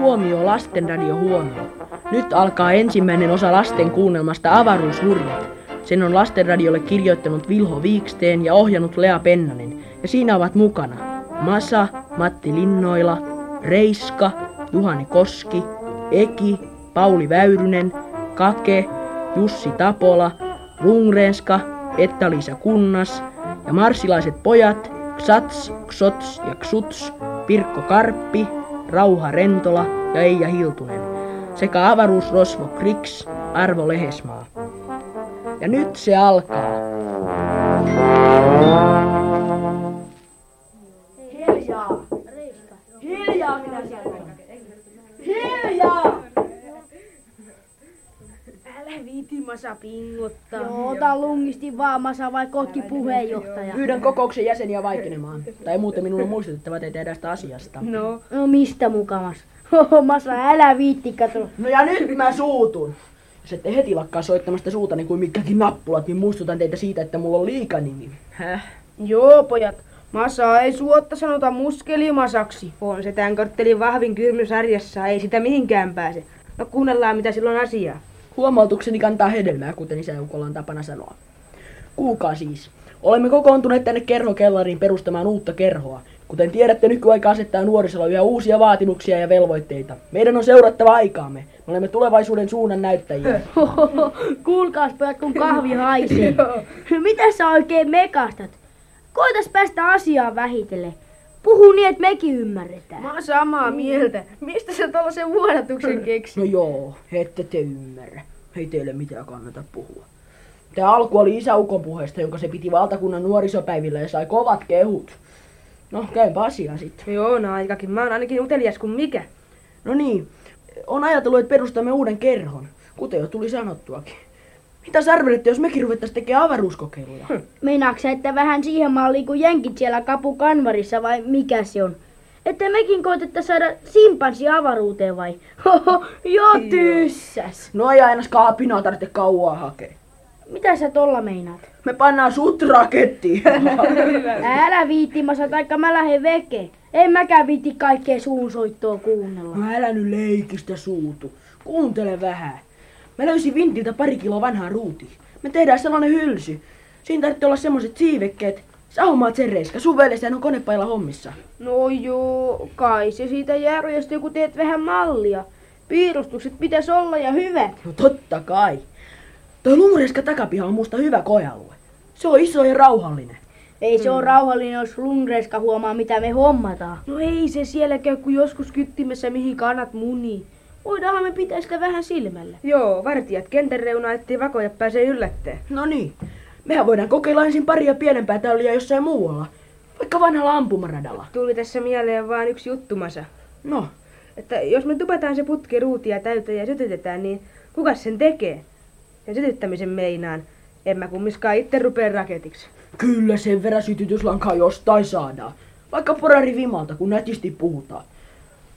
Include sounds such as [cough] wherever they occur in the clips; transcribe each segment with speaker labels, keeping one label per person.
Speaker 1: Huomio, lastenradio huomio. Nyt alkaa ensimmäinen osa lasten kuunnelmasta Avaruushurjat. Sen on lastenradiolle kirjoittanut Vilho Viiksteen ja ohjannut Lea Pennanen. Ja siinä ovat mukana Masa, Matti Linnoila, Reiska, Juhani Koski, Eki, Pauli Väyrynen, Kake, Jussi Tapola, Rungrenska, Etta-Liisa Kunnas ja marsilaiset pojat Ksats, Ksots ja Ksuts, Pirkko Karppi, Rauha Rentola ja Eija Hiltunen sekä avaruusrosvo Kriks Arvo Lehesmaa. Ja nyt se alkaa.
Speaker 2: Hiljaa! Hiljaa minä sanon! Hiljaa!
Speaker 3: Älä viiti Masa pingottaa.
Speaker 4: Joo, ota lungisti vaan Masa vai kotki puheenjohtaja.
Speaker 1: Pyydän kokouksen jäseniä vaikenemaan. Tai muuten minun on muistutettava teitä tästä asiasta.
Speaker 3: No,
Speaker 4: No mistä mukamas? Hoho, Masa, älä viitti kato.
Speaker 1: No ja nyt mä suutun. Jos ette heti lakkaa soittamasta suutani kuin mitkäkin nappulat, niin muistutan teitä siitä, että mulla on liikanimi. Häh?
Speaker 3: joo pojat. Masa ei suotta sanota muskelimasaksi. On se tämän korttelin vahvin kylmy sarjassa, ei sitä mihinkään pääse. No kuunnellaan mitä silloin asiaa.
Speaker 1: Huomautukseni kantaa hedelmää, kuten isäukolla on tapana sanoa. Kuulkaa siis. Olemme kokoontuneet tänne kerhokellariin perustamaan uutta kerhoa. Kuten tiedätte, nykyaika asettaa nuorisolla yhä uusia vaatimuksia ja velvoitteita. Meidän on seurattava aikaamme. Me olemme tulevaisuuden suunnan näyttäjiä.
Speaker 4: Hoho, kuulkaas pojat, kun kahvi haisee. Mitä sä oikein mekastat? Koitas päästä asiaan vähitellen. Puhu niin, että mekin ymmärretään.
Speaker 3: Mä oon samaa mieltä. Mistä sä tollasen [laughs] vuodatuksen keksit?
Speaker 1: No joo, ette te ymmärrä. Ei teille mitään kannata puhua. Tämä alku oli isäukon puheesta, jonka se piti valtakunnan nuorisopäivillä ja sai kovat kehut. No, käypä asiaa sitten.
Speaker 3: No joo, on aikakin. Mä oon ainakin utelias kuin mikä.
Speaker 1: No niin, on ajatellut, että perustamme uuden kerhon, kuten jo tuli sanottuakin. Mitä sä arvelet, jos mekin ruvettaisiin tekemään avaruuskokeiluja?
Speaker 4: Meinaatko sä, että vähän siihen malliin kuin jenkit siellä kapu kanvarissa vai mikä se on? Että mekin koitetta saada simpanssi avaruuteen vai? [laughs] Hoho, jo tyssäs.
Speaker 1: No ei aina kaapinaa tarvitse kauaa hakea.
Speaker 4: Mitä sä tolla meinaat?
Speaker 1: Me pannaan sut rakettiin.
Speaker 4: Älä viitti, Masa, taikka mä lähden veke. En mäkään viitti kaikkea suunsoittoa kuunnella.
Speaker 1: No älä nyt leikistä suutu. Kuuntele vähän. Mä löysin vintiltä pari kiloa vanhaa ruuti. Me tehdään sellainen hylsy. Siinä tarvitsee olla semmoset siivekkeet. Sä hommaat sen reiska. Sun veljestä on konepailla hommissa.
Speaker 3: No joo, kai se siitä järjestyy, kun teet vähän mallia. Piirustukset pitäis olla ja hyvät.
Speaker 1: No totta kai. Toi lumureska takapiha on musta hyvä koealue. Se on iso ja rauhallinen.
Speaker 4: Ei se on rauhallinen, jos Lundreska huomaa, mitä me hommataan.
Speaker 3: No ei se siellä käy kuin joskus kyttimessä, mihin kannat muni. Voidaanhan me pitää sitä vähän silmällä. Joo, vartijat kentän reunaa, ettei vakoja pääse yllättäen.
Speaker 1: No niin. Mehän voidaan kokeilla ensin paria pienempää täyliä jossain muualla. Vaikka vanhalla ampumaradalla.
Speaker 3: Tuli tässä mieleen vaan yksi juttumasa.
Speaker 1: No,
Speaker 3: Että jos me tupataan se putki ruutia täyteen ja sytytetään, niin kuka sen tekee? Ja sytyttämisen meinaan. En mä kummiskaan itse rupea raketiksi.
Speaker 1: kyllä sen verran sytytyslankaa jostain saadaan. Vaikka porari vimalta, kun nätisti puhutaan.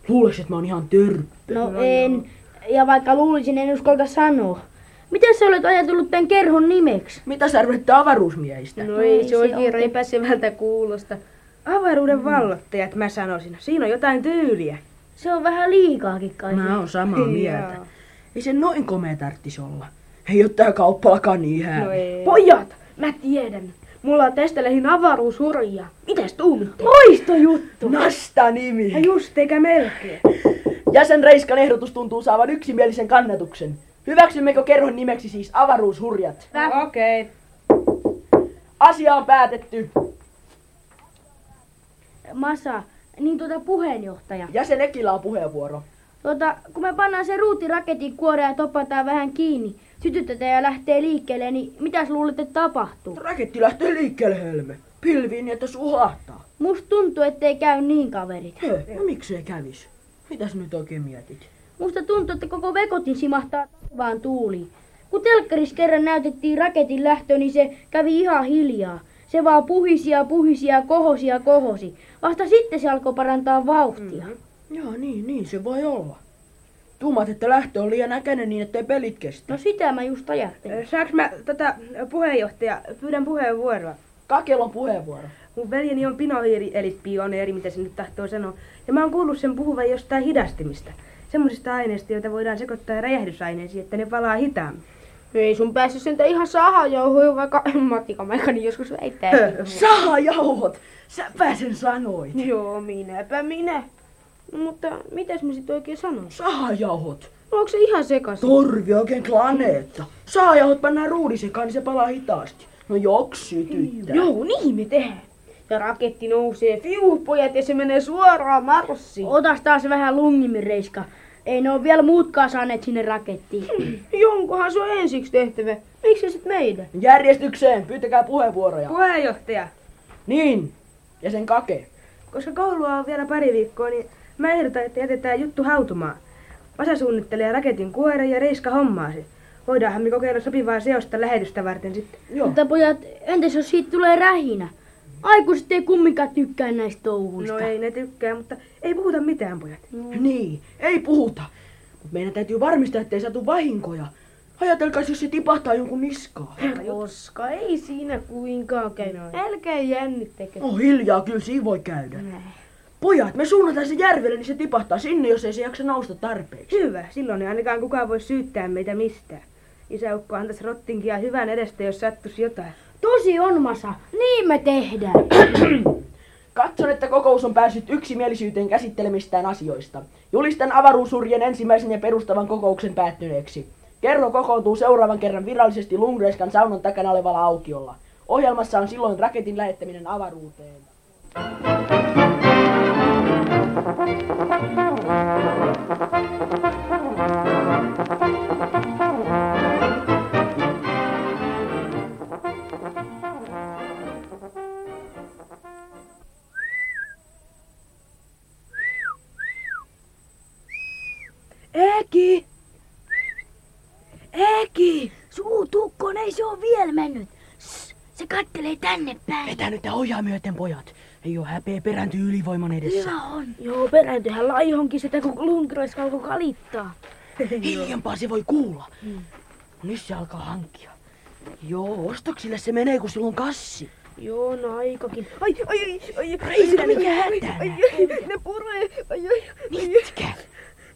Speaker 1: Luules, että mä oon ihan törppö.
Speaker 4: No en. Ja vaikka luulisin, en uskalta sanoa. Miten sä olet ajatellut tämän kerhon nimeksi?
Speaker 1: Mitä sä arvette avaruusmiehistä?
Speaker 3: No ei se oikein repäsevältä kuulosta. Mm. Avaruuden vallottajat mä sanoisin. Siinä on jotain tyyliä.
Speaker 4: Se on vähän liikaakin kai.
Speaker 1: Mä oon samaa mieltä.
Speaker 3: Joo.
Speaker 1: Ei se noin komea tarttis olla. Ei oo tää kauppalakaan niin hää.
Speaker 3: No ei.
Speaker 2: Pojat! Mä tiedän. Mulla on tästä lähin avaruushurjia. Mitäs tuumitte?
Speaker 4: Poisto juttu!
Speaker 1: Nasta nimi.
Speaker 3: Ja just eikä melkein.
Speaker 1: Jäsen Reiskan ehdotus tuntuu saavan yksimielisen kannatuksen. Hyväksymmekö kerhon nimeksi siis avaruushurjat?
Speaker 3: Okei. Okay.
Speaker 1: Asia on päätetty.
Speaker 4: Masa, niin tuota puheenjohtaja.
Speaker 1: Jäsen Ekilä on puheenvuoro.
Speaker 4: Tuota, kun me pannaan se ruuti raketin kuoreen ja topataan vähän kiinni, sytytetään ja lähtee liikkeelle, niin mitäs luulette tapahtuu?
Speaker 1: Raketti lähtee liikkeelle, Helme. Pilviin, niin että suhahtaa.
Speaker 4: Musta tuntuu, ettei käy niin kaverit.
Speaker 1: Hei, no miksei kävis? Mitäs nyt oikein mietit?
Speaker 4: Musta tuntuu, että koko vekotin simahtaa vaan tuuliin. Kun telkkaris kerran näytettiin raketin lähtö, niin se kävi ihan hiljaa. Se vaan puhisi ja puhisi ja kohosi ja
Speaker 2: Mm-hmm.
Speaker 4: kohosi. Vasta sitten se alkoi parantaa vauhtia.
Speaker 1: Joo, niin, niin se voi olla. Tuumat, että lähtö on liian äkäinen niin, ettei pelit kestä.
Speaker 4: No sitä mä just
Speaker 2: Eh,
Speaker 4: ajattelin.
Speaker 3: Saanko mä tätä puheenjohtaja, pyydän puheenvuoroa.
Speaker 1: Kakel on puheenvuoro.
Speaker 3: Mun veljeni on pinohiiri, eli pioneeri, mitä se nyt tahtoo sanoa. Ja mä oon kuullut sen puhuvan jostain hidastimista. Semmoisista aineista, joita voidaan sekoittaa räjähdysaineisiin, että ne palaa hitaammin.
Speaker 2: Ei sun päässyt sentä ihan sahajauhoja, vaikka [clears throat] matikamaikani joskus väittää.
Speaker 4: Eh.
Speaker 1: Sahajauhot! Säpä sen sanoit.
Speaker 2: [laughs] Joo, minäpä minä. No, mutta mitäs mä sit oikein sanois?
Speaker 1: Sahajauhot!
Speaker 2: Onko se ihan sekas?
Speaker 1: Torvi oikein planeetta. Sahajauhot pannaan ruudisekaan, niin se palaa hitaasti. No joks sytyttää.
Speaker 2: Joo, niin me tehdään. Ja raketti nousee, fiuhpojat ja se menee suoraan marssiin.
Speaker 4: Otas taas vähän lungimmin, Reiska. Ei ne ole vielä muutkaan saaneet sinne rakettiin.
Speaker 2: Jonkunhan se on ensiksi tehtävä. Miksi sit meidän?
Speaker 1: Järjestykseen, pyytäkää puheenvuoroja.
Speaker 3: Puheenjohtaja,
Speaker 1: Niin, ja sen kake.
Speaker 3: koska koulua on vielä pari viikkoa, niin mä ehdotan, että jätetään juttu hautumaan. Vasa suunnittelee raketin kuoren ja Reiska hommaa se. Voidaanhan me kokeilla sopivaa seosta lähetystä varten sitten.
Speaker 1: Joo.
Speaker 4: Mutta pojat, entäs jos siitä tulee rähinä? Aikuiset ei kumminkaan tykkää näistä touhuista.
Speaker 3: No ei ne tykkää, mutta ei puhuta mitään pojat.
Speaker 1: Niin, ei puhuta. Mut meidän täytyy varmistaa, ettei satu vahinkoja. Ajatelkaa, jos se tipahtaa jonkun niskaan.
Speaker 2: Koska ei siinä kuinkaan käy.
Speaker 4: No
Speaker 3: Noin.
Speaker 2: Älkää jännittäkö.
Speaker 4: Oh.
Speaker 1: No hiljaa, kyllä siinä voi käydä. Pojat, me suunnataan se järvelle, niin se tipahtaa sinne, jos ei se jaksa nousta tarpeeksi.
Speaker 3: Hyvä, silloin ei ainakaan kukaan voi syyttää meitä mistään. Isäukko antaisi rottinkia hyvän edestä, jos sattuisi jotain.
Speaker 4: Tosi on, Masa. Niin me tehdään.
Speaker 1: Katson, että kokous on päässyt yksimielisyyteen käsittelemistään asioista. Julistan avaruusurjen ensimmäisen ja perustavan kokouksen päättyneeksi. Kerro kokoontuu seuraavan kerran virallisesti Lundreskan saunan takana olevalla aukiolla. Ohjelmassa on silloin raketin lähettäminen avaruuteen.
Speaker 3: Eki! Eki!
Speaker 4: Suu tukkoon, ei se ole vielä mennyt. Sss, se kattelee tänne päin.
Speaker 1: Vetää nyt ojaa myöten, pojat. Ei oo häpeä perääntyy ylivoiman edessä.
Speaker 4: on. Joo, perääntyhän laihonkin sitä, kun Lundgren alkoi kalittaa.
Speaker 1: Hiljempaa se voi kuulla.
Speaker 4: Mm.
Speaker 1: Nyt se alkaa hankkia. Joo, ostoksille se menee, kun sillä on kassi.
Speaker 2: Joo, no aikakin.
Speaker 3: Ai, ai, ai, ai, ai,
Speaker 1: Reiska, mikä hätänä?
Speaker 3: ai, ai, ne puree, ai, ai,
Speaker 1: Mitkä?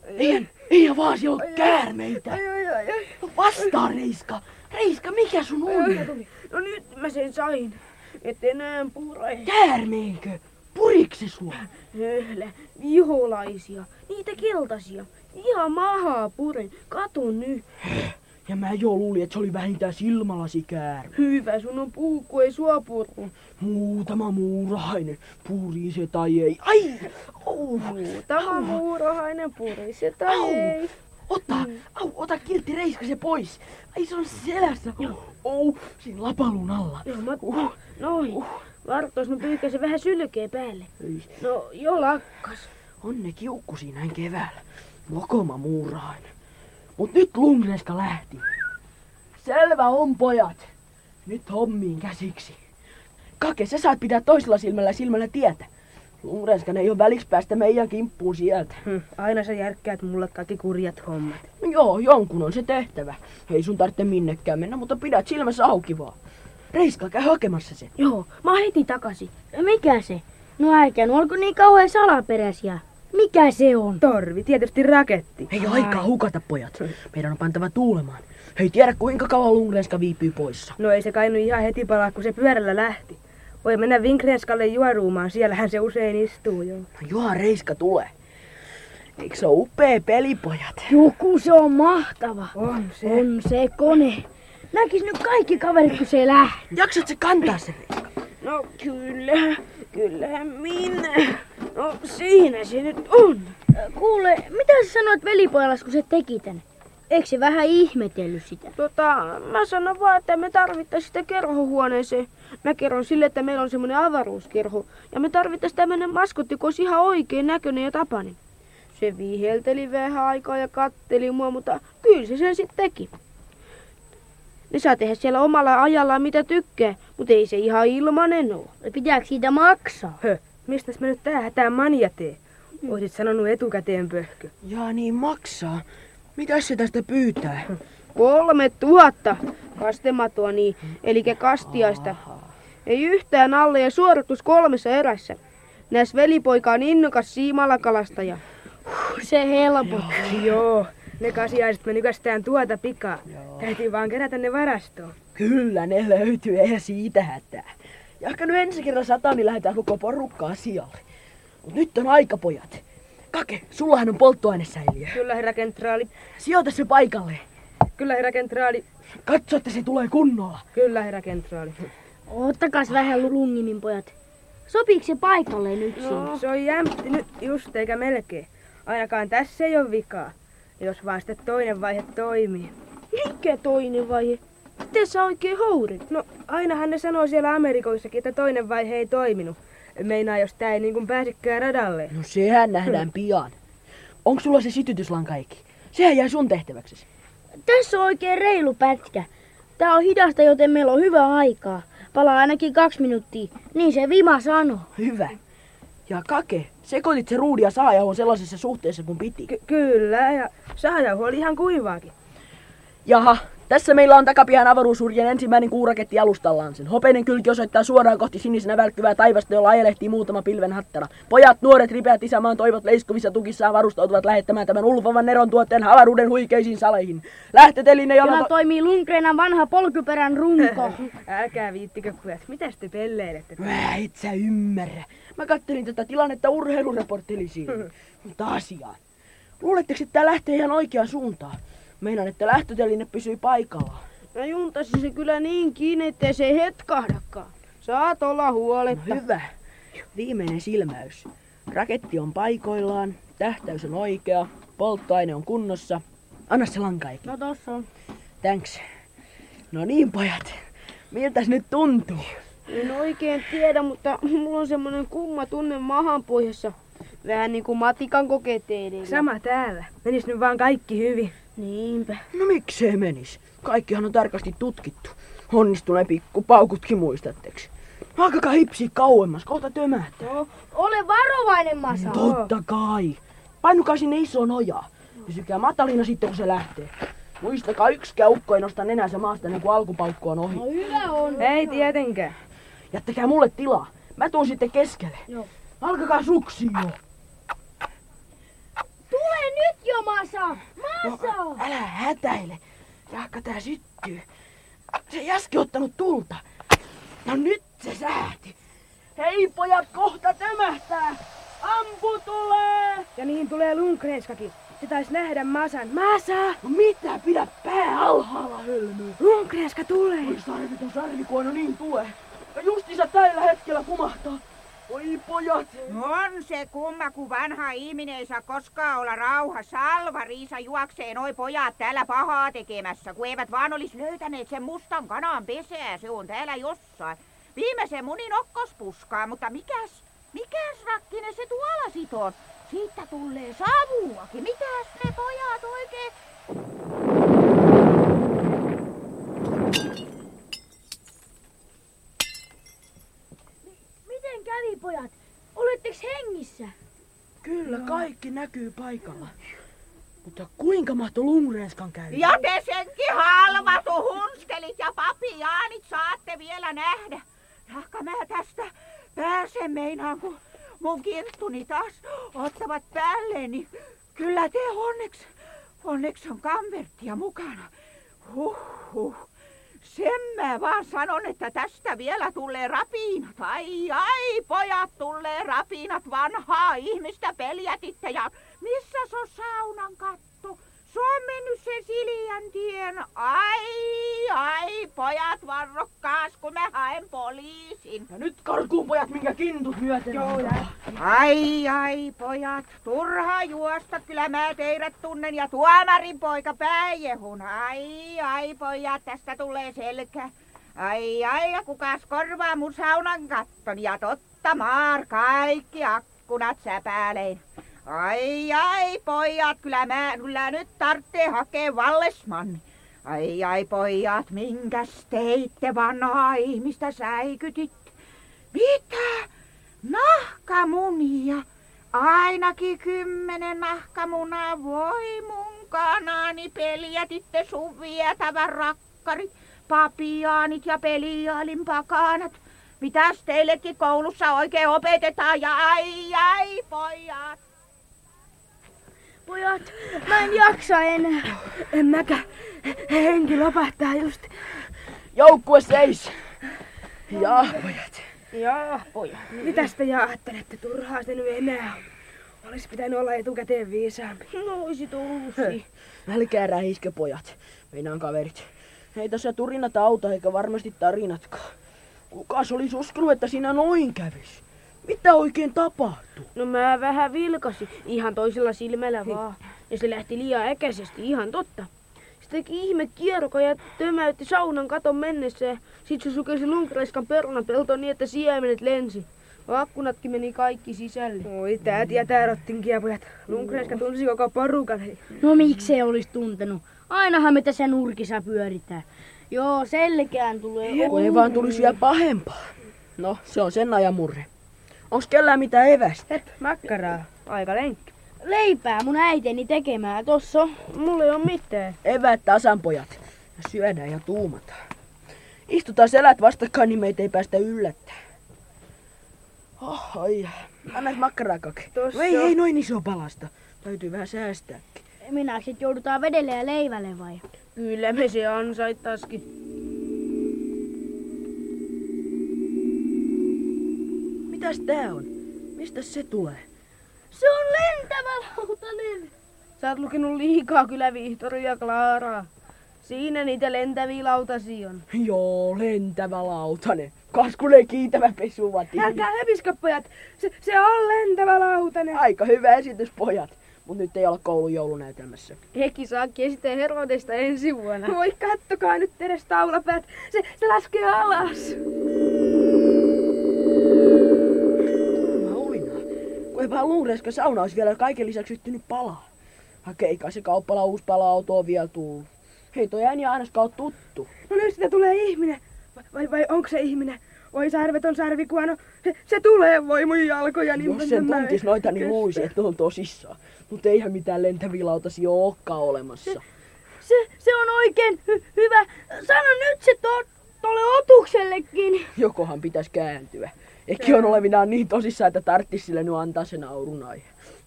Speaker 1: Eihän, eihän vaan se ole käärmeitä.
Speaker 3: ai, ai, ai, ai.
Speaker 1: Vastaa, Reiska. Reiska, mikä sun on?
Speaker 2: No nyt mä sen sain. Et enää pure.
Speaker 1: Käärmeenkö? Puriksi sua?
Speaker 2: Höhlä, viholaisia, niitä keltaisia. Ihan mahaa puren, katu nyt.
Speaker 1: Ja mä jo luulin, että se oli vähintään silmälasikäärme.
Speaker 2: Hyvä, sun on puukku, ei sua purru.
Speaker 1: Muutama muurahainen. Puri se tai ei. Ai! Ouh.
Speaker 2: Tämä muurahainen puri, se tai
Speaker 1: Au.
Speaker 2: ei.
Speaker 1: Ota, au, ota kiltti Reiska se pois. Ai se on selässä. Oh, siinä lapalun alla.
Speaker 2: Joo, mä... Noin. Vartos, no pyyhkäse vähän sylkeä päälle.
Speaker 1: Ei,
Speaker 2: No, jo lakkas.
Speaker 1: onne kiukku siinä keväällä. Lokoma muurahainen. Mut nyt Lundgrenska lähti. Selvä on pojat. Nyt hommiin käsiksi. Kake, sä saat pitää toisella silmällä ja silmällä tietä. Lundgrenskan ei ole väliksi päästä meidän kimppuun sieltä.
Speaker 3: Hm, Aina sä järkkäät mulle kaikki kurjat hommat.
Speaker 1: No Joo, jonkun on se tehtävä. Ei sun tarvitse minnekään mennä, mutta pidät silmässä auki vaan. Reiska, käy hakemassa sen.
Speaker 4: Joo, mä oon heti takaisin. Mikä se? No älkää, no olko niin kauhean salaperäisiä. Mikä se on?
Speaker 3: Torvi, tietysti raketti.
Speaker 1: Ei ole aikaa hukata, pojat. Meidän on pantava tuulemaan. Ei tiedä, kuinka kauan Lundgrenska viipyy poissa.
Speaker 3: No ei se kainu ihan heti palaa, kun se pyörällä lähti. Voi mennä Vinkrenskalle juoruumaan, siellähän se usein istuu jo.
Speaker 1: No Juha Reiska tulee. Eikö se ole upea peli, pojat?
Speaker 4: Joku se on mahtava.
Speaker 3: On se.
Speaker 4: On se kone. Näkis nyt kaikki kaverit, kun se lähtee.
Speaker 1: Jaksat se kantaa sen?
Speaker 2: No kyllä, kyllähän minä. No siinä se nyt on.
Speaker 4: Kuule, mitä sä sanoit velipojalas, kun se teki tän? Eikö se vähän ihmetellyt sitä?
Speaker 2: Tota, mä sanon vaan, että me tarvittais sitä kerhohuoneeseen. Mä kerron sille, että meillä on semmonen avaruuskerho. Ja me tarvittais tämmönen maskotti, kun olisi ihan oikein näköinen ja tapainen. Se vihelteli vähän aikaa ja katteli mua, mutta kyllä se sen sitten teki. Ne saa tehdä siellä omalla ajallaan mitä tykkää, mutta ei se ihan ilmanen oo.
Speaker 4: Pitääkö siitä maksaa?
Speaker 3: Hö, mistäs me nyt tää hätää mania tee? Oisit sanonut etukäteen pöhkö.
Speaker 1: Jaa niin maksaa. Mitäs se tästä pyytää?
Speaker 2: Kolme tuhatta kastematua niin, eli kastiaista. Ei yhtään alle ja suoritus kolmessa erässä. Näs velipoika on innokas siimalakalastaja.
Speaker 4: Se helpottaa.
Speaker 3: Joo, ne kasiaiset me nykästään tuota pikaa. Täytyy vaan kerätä ne varastoon.
Speaker 1: Kyllä ne löytyy, eihän siitä hätää. Jahka nyt ensi kerran sataan, niin lähdetään koko porukkaa sijalle. Mut nyt on aika, pojat. Kake, sullahan on polttoainesäiliö.
Speaker 3: Kyllä herra kentraali.
Speaker 1: Sijoita se paikalle.
Speaker 3: Kyllä herra kentraali.
Speaker 1: Katso, että se tulee kunnolla.
Speaker 3: Kyllä herra kentraali.
Speaker 4: Ottakas vähän lungimin pojat. Sopiiko se paikalle nyt no.
Speaker 3: Se on jämpti nyt just eikä melkein. Ainakaan tässä ei ole vikaa. Jos vaan sitten toinen vaihe toimii.
Speaker 2: Mikä toinen vaihe? Miten sä oikein hourit?
Speaker 3: No, ainahan ne sanoo siellä Amerikoissakin, että toinen vaihe ei toiminut. Meinaa, jos tää ei niin pääsekään radalle.
Speaker 1: No sehän nähdään pian. Onko sulla se sytytyslanka iki? Sehän jää sun tehtäväksesi.
Speaker 4: Tässä on oikein reilu pätkä. Tää on hidasta, joten meillä on hyvä aikaa. Palaa ainakin kaksi minuuttia. Niin se Vima sanoo.
Speaker 1: Hyvä. Ja Kake, sekoitit se ruudia saajauhon sellaisessa suhteessa kuin piti.
Speaker 3: Ky- kyllä, ja sahajauho oli ihan kuivaakin.
Speaker 1: Jaha, tässä meillä on takapihan avaruusurjen ensimmäinen kuuraketti alustallaan. Sen hopeinen kylki osoittaa suoraan kohti sinisenä välkkyvää taivasta, jolla ajelehtii muutama pilven hattara. Pojat, nuoret, ripeät isämaan toivot leiskuvissa tukissaan varustautuvat lähettämään tämän ulvovan neron tuotteen avaruuden huikeisiin saleihin. Lähtöteline, jolla...
Speaker 4: Jolla toimii Lundgrenan vanha polkyperän runko. [laughs]
Speaker 3: Älkää viittikö pojat, mitäs te pelleilette?
Speaker 1: Mä Äh, et sä ymmärrä. Mä kattelin tätä tilannetta urheilureporttelisiin. Mutta asiaan. Luuletteko, että tää lähtee ihan oikeaan suuntaan? Meinaan, että lähtöteline pysyy paikallaan.
Speaker 3: No
Speaker 2: Mä juntasin se kyllä niin kiinni, ettei se hetkahdakaan. Saat olla huoletta.
Speaker 1: No hyvä. Viimeinen silmäys. Raketti on paikoillaan, tähtäys on oikea, polttoaine on kunnossa. Anna se lankaikin.
Speaker 4: No tossa on.
Speaker 1: Thanks. No niin pojat, miltäs nyt tuntuu?
Speaker 2: En oikein tiedä, mutta mulla on semmonen kumma tunne mahan pohjassa. Vähän niinku matikan kokeet edellä.
Speaker 3: Sama täällä. Menis nyt vaan kaikki hyvin.
Speaker 2: Niinpä.
Speaker 1: No miksei menis? Kaikkihan on tarkasti tutkittu. Onnistuneen pikkupaukutkin muistatteks. Alkakaa hipsiä kauemmas, kohta tömähtää.
Speaker 4: No, ole varovainen, Masa.
Speaker 1: No Totta kai. Painukaa sinne isoon ojaan. Pysykää matalina sitten, kun se lähtee. Muistakaa yksikään ukko ei nosta nenänsä maasta ennen kuin alkupaukku on ohi.
Speaker 4: No hyvä on.
Speaker 3: Ei tietenkään.
Speaker 1: Jättäkää mulle tilaa. Mä tuun sitten keskelle.
Speaker 4: Joo.
Speaker 1: Alkakaa suksio.
Speaker 4: Tule nyt jo, Masa. Masa.
Speaker 1: Älä hätäile. Jaakka tää syttyy. Se jäski ottanut tulta. No nyt se sähti. Hei pojat, kohta tömähtää. Ampu tulee!
Speaker 3: Ja niihin tulee Lundgrenskakin. Se taisi nähdä Masan. Masa!
Speaker 1: No mitä, pidä pää alhaalla hölmöä.
Speaker 3: Lundgrenska tulee!
Speaker 1: Voi sarviton sarvikuono niin tulee. Ja justiinsa tällä hetkellä kumahtaa. Voi pojat.
Speaker 5: On se kumma, kun vanha ihminen ei saa koskaan olla rauhassa. Alvariisa juoksee noi pojat täällä pahaa tekemässä, kun eivät vaan olisi löytäneet sen mustan kanan pesää. Se on täällä jossain. Viimeisen munin okkospuskaa, mutta mikäs, mikäs rakkinen se tuolla sit on? Siitä tulee savuakin. Mitäs ne pojat oikein
Speaker 4: Miten kävi, pojat? Oletteko hengissä?
Speaker 1: Kyllä, kaikki näkyy paikalla. Mutta kuinka mahtoi Lundgrenskan käydä?
Speaker 5: Ja te senkin halvatu hunskelit ja papiaanit saatte vielä nähdä. Jahka mä tästä pääsen meinaan, kun mun kirttuni taas ottavat päälle, niin kyllä te onneksi, onneksi on kamverttia mukana. Huhhuh. Sen mä vaan sanon, että tästä vielä tulee rapiinat. Ai ai, pojat tulee rapiinat. Vanhaa ihmistä peljätitte ja missä se on saunan katto? Se on mennyt sen Siljan tien. Ai ai, pojat varrokkaas, kun mä haen poliisin.
Speaker 1: Ja nyt karkuun pojat, minkä kintut myöten. Joo,
Speaker 5: Ai ai, pojat, turha juosta, kyllä mä teidät tunnen ja tuomarin poika pääjehun. Ai ai, pojat, tästä tulee selkä. Ai ai, ja kukas korvaa mun saunan katton ja totta maar kaikki akkunat säpälein. Ai ai, pojat, kyllä mä, kyllä nyt tarvitsee hakea vallesmanni. Ai ai, pojat, minkäs teitte vanhaa ihmistä säikytit? Mitä? Nahkamunia. Ainakin kymmenen nahkamunaa voi mun kanani peljätitte sun vietävän rakkarit, papiaanit ja peliaalin pakanat. Mitäs teillekin koulussa oikein opetetaan ja ai ai pojat.
Speaker 4: Pojat, mä en jaksa enää.
Speaker 3: En mäkä. Henki lopahtaa just.
Speaker 1: Joukkue seis! Ja pojat.
Speaker 3: Mitäs te jaattelette? Turhaa se nyt enää on. Olisi pitänyt olla etukäteen viisaampi.
Speaker 2: No oisit Oulusi.
Speaker 1: Älkää rähiskö pojat. Meinaan kaverit. Ei tässä turinat auta eikä varmasti tarinatkaan. Kukas olisi uskonut, että siinä noin kävis? Mitä oikein tapahtuu?
Speaker 2: No mä vähän vilkasin, ihan toisella silmällä vaan. Ja se lähti liian äkäisesti, ihan totta. Se teki ihme kieruka ja tömäytti saunan katon mennessä ja sit se sukelsi lunkreiskan perunapeltoon niin, että siemenet lensi. Akkunatkin meni kaikki sisälle.
Speaker 3: Oi täti ja täällä kiepujat. Lunkreiska tunsi koko porukan.
Speaker 4: No miksei olisi tuntenut? Ainahan me tässä nurkissa pyöritään. Joo, selkään tulee.
Speaker 1: Kun ei vaan tulisi vielä pahempaa. No, se on sen ajan murre. Onks kellään mitä evästä?
Speaker 3: Hep, makkaraa. Aika lenkki.
Speaker 4: Leipää mun äiteni tekemään tossa.
Speaker 2: Mulla ei oo mitään.
Speaker 1: Evät tasan pojat. Ja syödään ja tuumataan. Istutaan selät vastakkain, niin meitä ei päästä yllättää. Oh, ai. Anna makkaraa kake.
Speaker 3: Tossa
Speaker 1: No ei,
Speaker 3: on.
Speaker 1: ei noin iso palasta. Täytyy vähän säästää.
Speaker 4: Minä sit joudutaan vedelle ja leivälle vai?
Speaker 2: Kyllä me se ansaittaaskin.
Speaker 1: Mitäs tää on? Mistä se tulee?
Speaker 4: Se on lentävä lautanen!
Speaker 2: Sä oot lukenut liikaa kyllä Vihtori ja Klaaraa. Siinä niitä lentäviä lautasi on.
Speaker 1: Joo, lentävä lautane. Kaskulle kiitävä pesuvati.
Speaker 3: Älkää höpiskö pojat. Se, se on lentävä lautanen.
Speaker 1: Aika hyvä esitys, pojat. Mut nyt ei olla koulun joulunäytelmässä.
Speaker 2: Heki saakin sitten Herodesta ensi vuonna.
Speaker 3: Voi kattokaa nyt edes taulapäät. Se, se laskee alas.
Speaker 1: Turma uinaa. Kun ei vaan luureska sauna olisi vielä kaiken lisäksi syttynyt palaa. Hakee eikä se kauppala uusi pala-auto on vielä tullut. Hei toi ääni ainakaan ole tuttu.
Speaker 3: No nyt sitä tulee ihminen. Vai, vai, vai onko se ihminen? Voi sarveton sarvikuono. Se, se tulee voi mun jalkoja. Niin
Speaker 1: Jos sen
Speaker 3: mä-
Speaker 1: tuntis noita, niin luisi, että on tosissaan. Mutta eihän mitään lentäviä lautasia olekaan olemassa.
Speaker 4: Se, se on oikein hy- hyvä. Sano nyt se to- tolle otuksellekin.
Speaker 1: Jokohan pitäisi kääntyä. Ehkä on olevinaan niin tosissaan, että tarttis sille nyt antaa sen naurun aihe.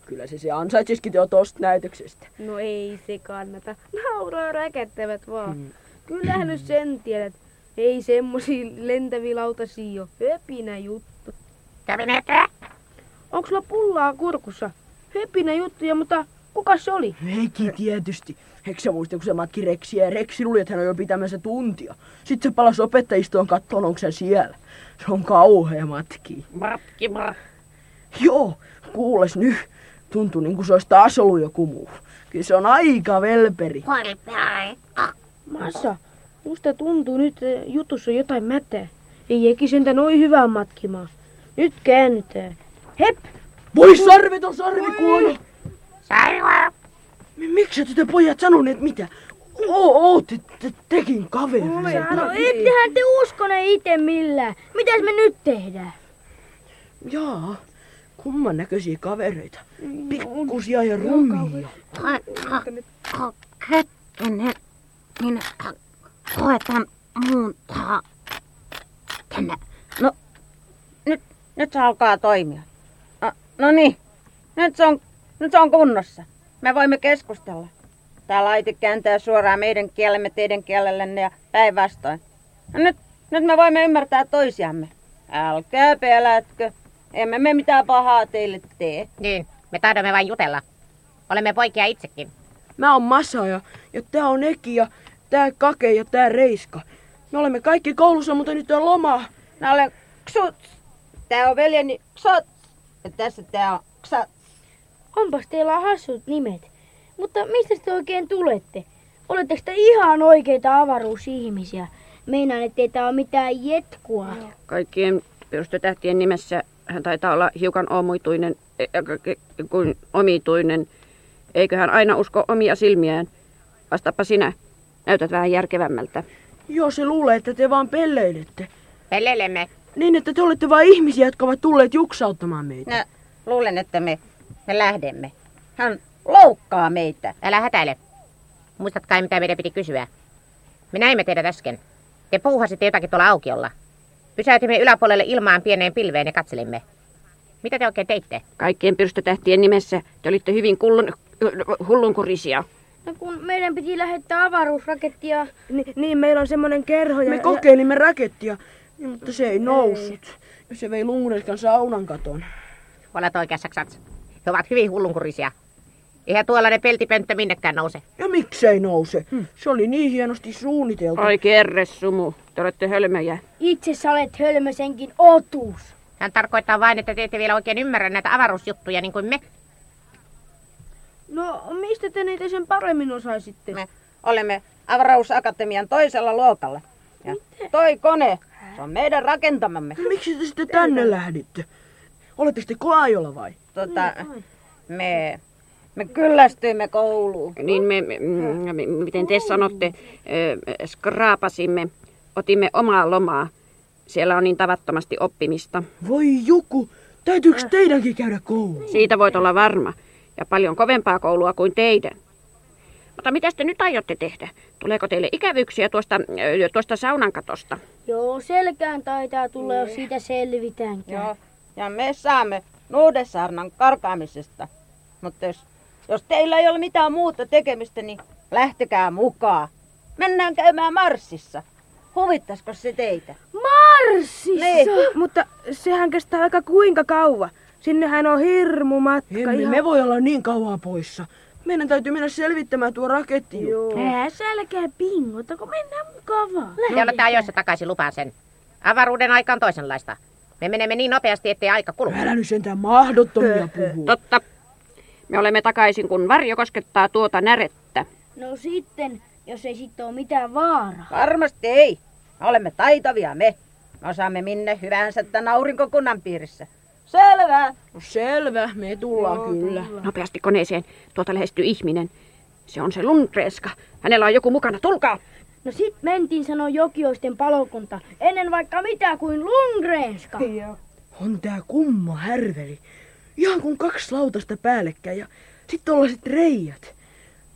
Speaker 1: Kyllä se se ansaitsisikin jo tosta näytöksestä.
Speaker 2: No ei se kannata. Nauraa räkättävät vaan.
Speaker 1: Mm.
Speaker 2: Kyllähän nyt sen tiedät. Ei semmosia lentäviä lautasia oo. Höpinä juttu.
Speaker 5: Kävinettä?
Speaker 2: Onks sulla pullaa kurkussa? Höpinä juttuja, mutta kuka se oli?
Speaker 1: Heikki tietysti. Eikö sä muista, kun se matki Reksiä ja Reksi luuli, että hän on jo pitämässä tuntia. Sitten se palasi opettajistoon kattoon, onko se siellä. Se on kauhea matki.
Speaker 5: Markki, markki.
Speaker 1: Joo, kuules nyt. Tuntuu niin kuin se olisi taas ollut joku muu. Kyllä se on aika velperi.
Speaker 2: Massa, musta tuntuu nyt että jutussa on jotain mätää. Ei eki sentä noin hyvää matkimaa. Nyt käännytään. Hep!
Speaker 1: Voi sarvet on sarvikuono! Sarva! Miksi te pojat sanoneet mitä? Oo, oo, te, te, tekin kavereita.
Speaker 4: No ettehän te uskone itse millään. Mitäs me nyt tehdään?
Speaker 1: Jaa, kumman näköisiä kavereita.
Speaker 5: Mm,
Speaker 1: Pikkusia ja rumia.
Speaker 6: hetkinen, niin koetan muuntaa tänne. No, nyt, nyt se alkaa toimia. No, no niin, nyt se, on, nyt se on kunnossa. Me voimme keskustella. Tää laite kääntää suoraan meidän kielemme teidän kielellenne ja päinvastoin. No nyt, nyt me voimme ymmärtää toisiamme. Älkää pelätkö. Emme me mitään pahaa teille tee.
Speaker 7: Niin, me tahdomme vain jutella. Olemme poikia itsekin.
Speaker 1: Mä oon Masa ja, ja tää on Eki ja tää Kake ja tää Reiska. Me olemme kaikki koulussa, mutta nyt on loma.
Speaker 6: Mä olen Ksuts. Tää on veljeni Ksots. Ja tässä tää on Ksats.
Speaker 4: Onpas teillä hassut nimet. Mutta mistä te oikein tulette? Oletteko te ihan oikeita avaruusihmisiä? Meinaan, ettei tää ole mitään jetkua.
Speaker 8: Kaikkien pyrstötähtien nimessä hän taitaa olla hiukan omuituinen e- e- e- kuin omituinen. Eikö hän aina usko omia silmiään? Vastaapa sinä. Näytät vähän järkevämmältä.
Speaker 1: Joo, se luulee, että te vaan pelleilette.
Speaker 7: Pelelemme.
Speaker 1: Niin, että te olette vain ihmisiä, jotka ovat tulleet juksauttamaan meitä.
Speaker 6: No, luulen, että me
Speaker 7: Me lähdemme. Hän loukkaa meitä. Älä hätäile. Muistat kai, mitä meidän piti kysyä. Me näimme teidät äsken. Te puuhasitte jotakin tuolla aukiolla. Pysäytimme yläpuolelle ilmaan pieneen pilveen ja katselimme. Mitä te oikein teitte?
Speaker 8: Kaikkien pyrstötähtien nimessä te olitte hyvin kullun, hullunkurisia.
Speaker 4: No kun meidän piti lähettää avaruusrakettia.
Speaker 3: Ni, niin, meillä on semmoinen kerho ja...
Speaker 1: Me
Speaker 3: ja-
Speaker 1: kokeilimme rakettia, niin, mutta se ei noussut. Se vei lunguneskan saunan katon.
Speaker 7: Olet oikeassa, Xats. He ovat hyvin hullunkurisia. Eihän tuollainen peltipönttö minnekään nouse.
Speaker 1: Ja miksei nouse? Se oli niin hienosti suunniteltu.
Speaker 8: Ai kerresumu, te olette hölmöjä.
Speaker 4: Itse sä olet hölmösenkin otus.
Speaker 7: Hän tarkoittaa vain, että te ette vielä oikein ymmärrä näitä avaruusjuttuja niin kuin me.
Speaker 2: No, mistä te niitä sen paremmin osaisitte?
Speaker 6: Me olemme avaruusakatemian toisella luokalla. Ja toi kone, se on meidän rakentamamme.
Speaker 1: No Miksi te sitten tänne lähditte? Oletteko te koajolla vai?
Speaker 6: Tota, me, me kyllästyimme kouluun.
Speaker 8: Niin me, me- mm, me- miten te sanotte, ö, skraapasimme, otimme omaa lomaa. Siellä on niin tavattomasti oppimista.
Speaker 1: Voi joku, täytyykö teidänkin käydä koulu?
Speaker 8: Niin. Siitä voit olla varma. Ja paljon kovempaa koulua kuin teidän. Mutta mitä te nyt aiotte tehdä? Tuleeko teille ikävyyksiä tuosta, ö, tuosta saunankatosta?
Speaker 4: Joo, selkään taitaa tulla, jos siitä selvitäänkään.
Speaker 6: Joo. Ja me saamme nuudessaarnan karkaamisesta. Mutta jos, jos teillä ei ole mitään muuta tekemistä, niin lähtekää mukaan. Mennään käymään marssissa. Huvittaisiko se teitä?
Speaker 4: Marssi!
Speaker 6: Niin.
Speaker 3: Mutta sehän kestää aika kuinka kauan. Sinnehän on hirmu matka.
Speaker 1: Emme
Speaker 3: ihan-
Speaker 1: me voi olla niin kauan poissa. Meidän täytyy mennä selvittämään tuo raketti. Joo.
Speaker 4: Ää, sä älkää pingota, kun mennään mukavaa.
Speaker 7: Te olette ajoissa takaisin, lupaan sen. Avaruuden aika on toisenlaista. Me menemme niin nopeasti, ettei aika kulu.
Speaker 1: Älä nyt sentään [laughs] mahdottomia puhu.
Speaker 8: Totta. Me olemme takaisin, kun varjo koskettaa tuota närettä.
Speaker 4: No sitten, jos ei sitten ole mitään vaaraa.
Speaker 6: Varmasti ei. Me olemme taitavia me. Me osaamme minne hyvänsä tämän aurinkokunnan piirissä. Selvä.
Speaker 1: No selvä, me tullaan kyllä.
Speaker 8: Nopeasti koneeseen. Tuolta lähestyy ihminen. Se on se Lundreska. Hänellä on joku mukana. Tulkaa!
Speaker 4: No sit mentiin sanoi Jokioisten palokunta. Ennen vaikka mitä kuin Lundgrenska.
Speaker 2: Niin.
Speaker 1: On tää kumma härveli. Ihan kuin kaksi lautasta päällekkäin ja sit tollaset reijät.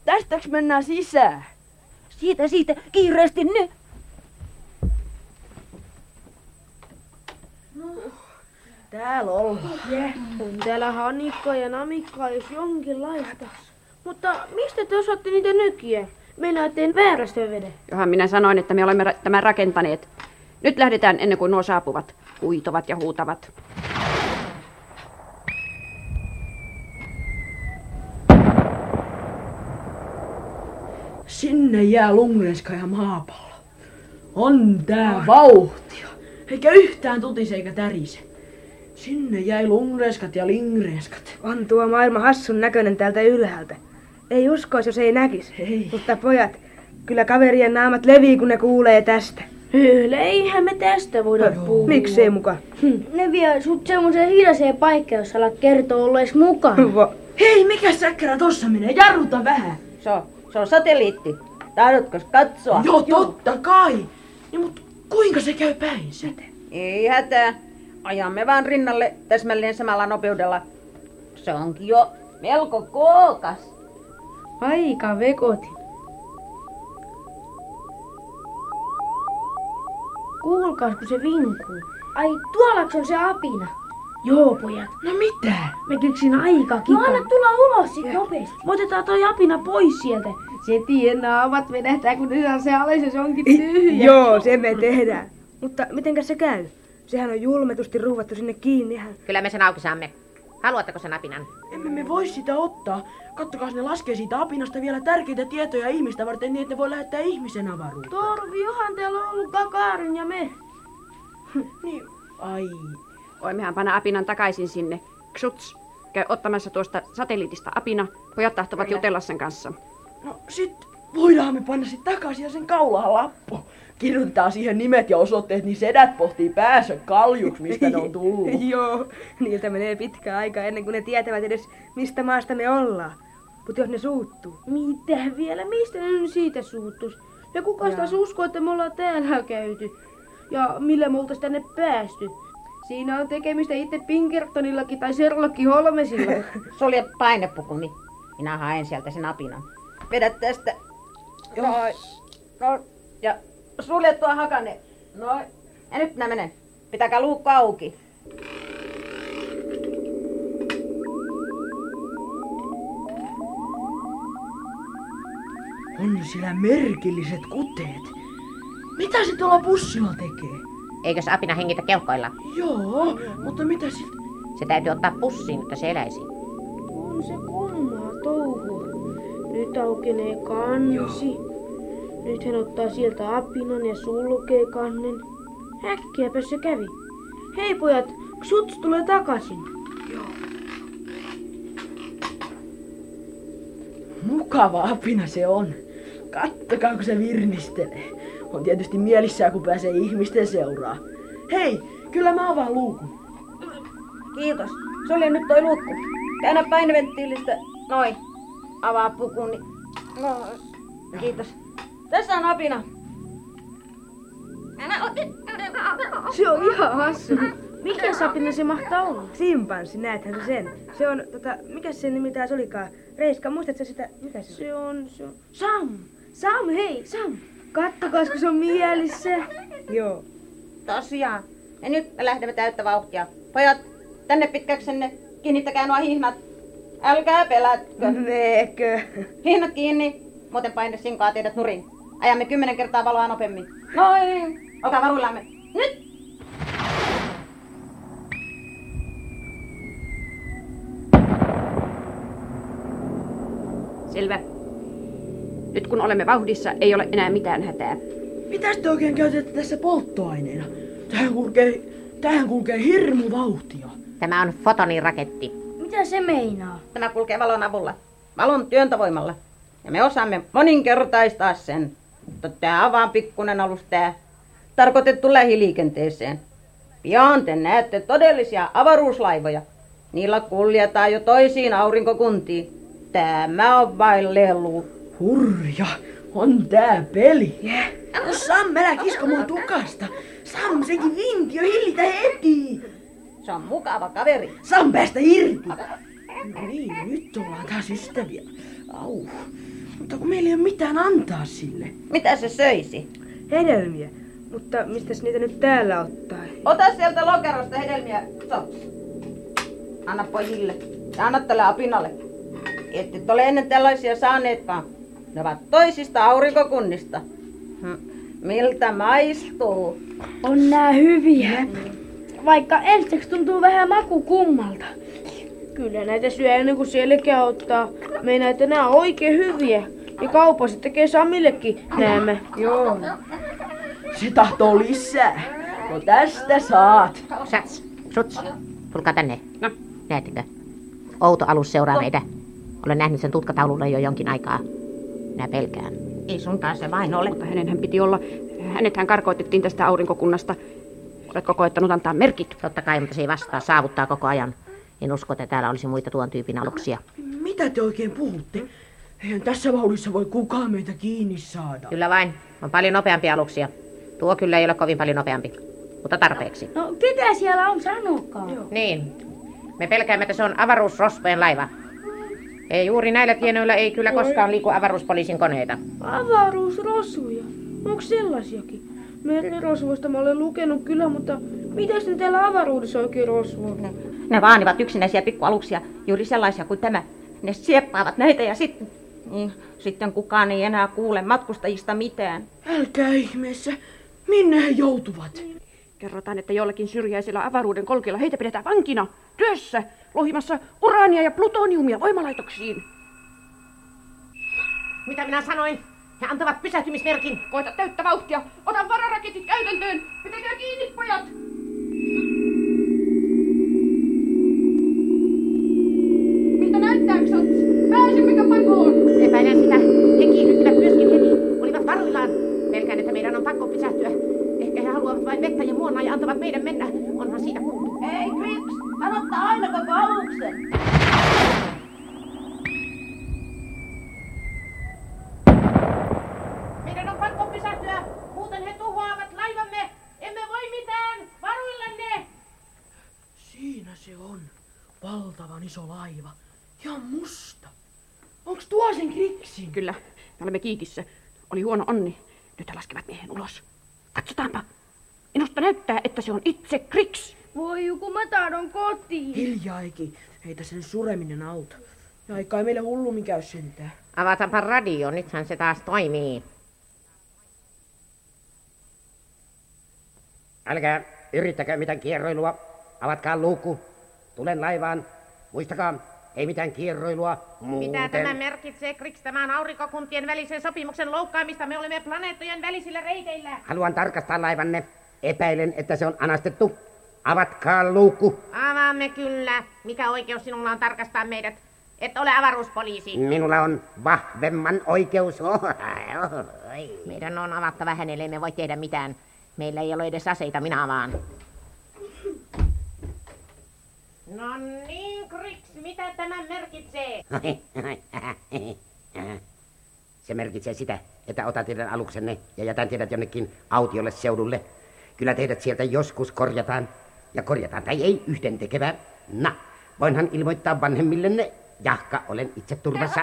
Speaker 1: Tästäks mennään sisään?
Speaker 6: Siitä, siitä, kiireesti nyt.
Speaker 2: No,
Speaker 1: Täällä ollaan.
Speaker 2: On täällä hanikkaa ja namikkaa, jos jonkinlaista. Mutta mistä te osaatte niitä nykiä? Meillä ettei väärästä vede.
Speaker 8: Johan minä sanoin, että me olemme ra- tämän rakentaneet. Nyt lähdetään ennen kuin nuo saapuvat, huitovat ja huutavat.
Speaker 1: Sinne jää Lungrenska ja maapallo. On tää vauhtia. Eikä yhtään tutise eikä tärise. Sinne jäi Lungreskat ja Lingrenskat.
Speaker 3: On tuo maailma hassun näköinen täältä ylhäältä. Ei uskois, jos ei näkis.
Speaker 1: Ei.
Speaker 3: Mutta pojat, kyllä kaverien naamat levii, kun ne kuulee tästä.
Speaker 2: Höhle, eihän me tästä voida puhua.
Speaker 3: Miksei muka?
Speaker 4: Hm, Ne vie sut semmoiseen hiljaiseen paikkaan, jos alat kertoa ollees mukana.
Speaker 3: Vo-
Speaker 1: Hei, mikä säkkärä tossa menee? Jarruta vähän.
Speaker 6: Se on, se on satelliitti. Tahdotko katsoa?
Speaker 8: No,
Speaker 1: Joo, totta kai. Niin, mut kuinka se käy päinsä?
Speaker 6: Ei hätää. Ajamme vaan rinnalle täsmälleen samalla nopeudella. Se onkin jo melko kookas.
Speaker 2: Aika vekoti.
Speaker 4: Kuulkaas, kun se vinkuu. Ai, tuollaks on se apina? Joo, pojat.
Speaker 1: No mitä?
Speaker 2: Me keksin aika
Speaker 4: No anna tulla ulos sit nopeesti.
Speaker 2: Otetaan toi apina pois sieltä. Se tienaa, ovat venähtää, kun nyt on se alas ja se onkin tyhjä.
Speaker 3: Joo, se me tehdään. Mutta mitenkäs se käy? Sehän on julmetusti ruuvattu sinne kiinni. ihan.
Speaker 7: Kyllä me sen auki saamme. Haluatteko sen apinan?
Speaker 1: Emme me voi sitä ottaa. Kattokaa, ne laskee siitä apinasta vielä tärkeitä tietoja ihmistä varten niin, että ne voi lähettää ihmisen avaruuteen.
Speaker 2: Torvi, johan täällä on ollut Kakarin ja me.
Speaker 1: [laughs] Niin. Ai.
Speaker 8: Voimmehan panna apinan takaisin sinne. Ksuts, käy ottamassa tuosta satelliitista apina. Pojat tahtovat jutella sen kanssa.
Speaker 1: No sit voidaan me panna sit takaisin ja sen kaulaan lappu. Kirjoitetaan siihen nimet ja osoitteet, niin sedät pohtii päässä kaljuks, mistä ne on [laughs] tullut.
Speaker 3: [laughs] Joo, niiltä menee pitkä aika ennen kuin ne tietävät edes, mistä maasta me ollaan. Mutta jos ne suuttuu.
Speaker 2: Mitä vielä? Mistä ne nyt siitä suuttus? Ja kuka taas uskoo, että me ollaan täällä käyty? Ja millä me oltais tänne päästy? Siinä on tekemistä itse Pinkertonillakin tai Sherlock Holmesilla.
Speaker 3: [laughs]
Speaker 7: Sulje
Speaker 3: niin
Speaker 7: painepukuni. Minä haen sieltä sen apinan.
Speaker 6: Vedä tästä. Noin. Noin. Ja sulje tuo hakane. Noin. Ja nyt minä menen. Pitäkää luukku auki.
Speaker 1: On sillä merkilliset kuteet. Mitä se tuolla pussilla tekee?
Speaker 7: Eikös apina hengitä keuhkoilla?
Speaker 1: Joo, mutta mitä sit?
Speaker 7: Se täytyy ottaa pussiin, että se eläisi.
Speaker 2: On se kummaa touhu. Nyt aukenee kansi. Nyt hän ottaa sieltä apinan ja sulkee kannen. Häkkiäpä se kävi. Hei pojat, Ksuts tulee takaisin.
Speaker 1: Mukava apina se on. Kattokaa, kun se virnistelee. On tietysti mielissään, kun pääsee ihmisten seuraa. Hei, kyllä mä avaan luukun.
Speaker 6: Kiitos. Sulje nyt toi luukku. Käännä paineventtiilistä. Noin. Avaa niin pukuni. Noin. Kiitos. Tässä on apina.
Speaker 2: Se on ihan hassu. Mikä sapina se mahtaa olla?
Speaker 3: Simpanssi, näethän sä sen. Se on, tota, mikä se nimi taas olikaan? Reiska, muistatko sitä? Mikä se?
Speaker 2: Se on, se on. Sam! Sam, hei, Sam! Kattokaa, kun se on mielissä.
Speaker 3: Joo.
Speaker 6: Tosiaan. Ja nyt me lähdemme täyttä vauhtia. Pojat, tänne pitkäksenne. Kiinnittäkää nuo hihnat. Älkää pelätkö.
Speaker 3: Meekö?
Speaker 6: Hinnat kiinni, muuten paine sinkaa teidät nurin. Ajamme kymmenen kertaa valoa nopeammin. Noin, olkaa varuillamme. Nyt!
Speaker 8: Selvä. Nyt kun olemme vauhdissa, ei ole enää mitään hätää.
Speaker 1: Mitä te oikein käytätte tässä polttoaineena? Tähän kulkee, tähän kulkee hirmu vauhtia.
Speaker 7: Tämä on fotonin raketti.
Speaker 4: Mitä se meinaa?
Speaker 6: Tämä kulkee valon avulla. Valon työntövoimalla. Ja me osaamme moninkertaistaa sen. Mutta tää on vaan pikkunen alus tää. Tarkoitettu lähiliikenteeseen. Pian te näette todellisia avaruuslaivoja. Niillä kuljetaan jo toisiin aurinkokuntiin. Tämä on vain lelu.
Speaker 1: Hurja, on tää peli. Yeah. No Sam, älä kisko mua tukasta. Sam, sekin vinti on hillitä heti.
Speaker 6: Se on mukava kaveri.
Speaker 1: Sam, päästä irti. No niin, nyt ollaan taas ystäviä. Au. Mutta kun meillä ei ole mitään antaa sille.
Speaker 6: Mitä se söisi?
Speaker 3: Hedelmiä. Mutta mistäs niitä nyt täällä ottaa?
Speaker 6: Ota sieltä lokerosta hedelmiä. Sops. Anna pojille. Ja anna tälle apinalle. Ette et ole ennen tällaisia saaneetkaan. Ne ovat toisista aurinkokunnista. Hm. Miltä maistuu?
Speaker 4: On nää hyviä. Vaikka ensiksi tuntuu vähän maku kummalta.
Speaker 2: Kyllä näitä syö ennen kuin selkeä ottaa. Meinaa, että nämä on oikein hyviä. Ja kaupa se tekee Samillekin nämä.
Speaker 1: Joo. Se tahtoo lisää. No tästä saat.
Speaker 7: Sats, suts, tulkaa tänne.
Speaker 8: No.
Speaker 7: Näettekö? Outo alus seuraa meitä. Olen nähnyt sen tutkataululla jo jonkin aikaa. Minä pelkään. Ei suinkaan se vain ole.
Speaker 8: Mutta hänenhän piti olla. Hänethän karkoitettiin tästä aurinkokunnasta. Oletko koettanut antaa merkit?
Speaker 7: Totta kai, mutta se ei vastaa, saavuttaa koko ajan. En usko, että täällä olisi muita tuon tyypin aluksia.
Speaker 1: Mitä te oikein puhutte? Eihän tässä vauhdissa voi kukaan meitä kiinni saada.
Speaker 7: Kyllä vain, on paljon nopeampia aluksia. Tuo kyllä ei ole kovin paljon nopeampi, mutta tarpeeksi.
Speaker 4: No ketä siellä on sanokaa?
Speaker 7: Niin, me pelkäämme, että se on avaruusrosvojen laiva. Ei juuri näillä tienoilla ei kyllä koskaan liiku avaruuspoliisin koneita.
Speaker 2: Avaruusrosuja. Onko sellaisiakin? Merirosvoista mä olen lukenut kyllä, mutta mitäs ne täällä avaruudessa oikein rosvoo?
Speaker 6: Ne vaanivat yksinäisiä pikkualuksia, juuri sellaisia kuin tämä. Ne sieppaavat näitä ja sitten... Niin, sitten kukaan ei enää kuule matkustajista mitään.
Speaker 1: Älkää ihmeessä, minne he joutuvat?
Speaker 8: Kerrotaan, että jollakin syrjäisellä avaruuden kolkilla heitä pidetään vankina, työssä, lohimassa uraania ja plutoniumia voimalaitoksiin.
Speaker 7: Mitä minä sanoin? He antavat pysähtymismerkin.
Speaker 8: Koeta täyttä vauhtia. Ota vararaketit käytäntöön. Pitäkää kiinni, pojat! Miltä näyttää, Xots? Pääsemmekö pakoon?
Speaker 7: Epäilen sitä. He kiihdyttivät myöskin heti. Olivat varuillaan. Pelkään, että meidän on pakko pysähtyä. Ehkä he haluavat vain vettä ja muonaa ja antavat meidän mennä. Onhan siitä puhuttu.
Speaker 6: Ei, Kriks! Hän ottaa aina koko aluksen.
Speaker 7: Meidän on pakko pysähtyä. Muuten he tuhoavat laivamme. Emme voi mitään. Varuillanne!
Speaker 1: Valtavan iso laiva. Ja musta. Onks tuo sen kriksin?
Speaker 8: Kyllä, me olemme kiikissä. Oli huono onni. Nyt he laskevat miehen ulos. Katsotaanpa. Minusta näyttää, että se on itse Kriks.
Speaker 4: Voi joku, mä tahdon kotiin.
Speaker 1: Hiljaikin. Heitä sen sureminen auta. Ja ei kai meille hullummin käy sentään.
Speaker 7: Avataanpa radio, nythän se taas toimii.
Speaker 9: Älkää yrittäkää mitään kierroilua. Avatkaa luukku. Tulen laivaan. Muistakaa, ei mitään kierroilua muuten.
Speaker 7: Mitä tämä merkitsee, Kriks? Tämä on aurinkokuntien välisen sopimuksen loukkaamista. Me olemme planeettojen välisillä reiteillä.
Speaker 9: Haluan tarkastaa laivanne. Epäilen, että se on anastettu. Avatkaa luukku.
Speaker 7: Avaamme kyllä. Mikä oikeus sinulla on tarkastaa meidät? Et ole avaruuspoliisi.
Speaker 9: Minulla on vahvemman oikeus. [laughs] Oho, oho, oi.
Speaker 7: Meidän on avattava hänelle, emme voi tehdä mitään. Meillä ei ole edes aseita, minä avaan. No niin, Kriks, mitä tämä merkitsee?
Speaker 9: Se merkitsee sitä, että otan teidän aluksenne ja jätän teidät jonnekin autiolle seudulle. Kyllä teidät sieltä joskus korjataan. Ja korjataan tai ei yhden tekevää. Na, voinhan ilmoittaa vanhemmillenne. Jahka, olen itse
Speaker 7: [laughs]
Speaker 9: turvassa.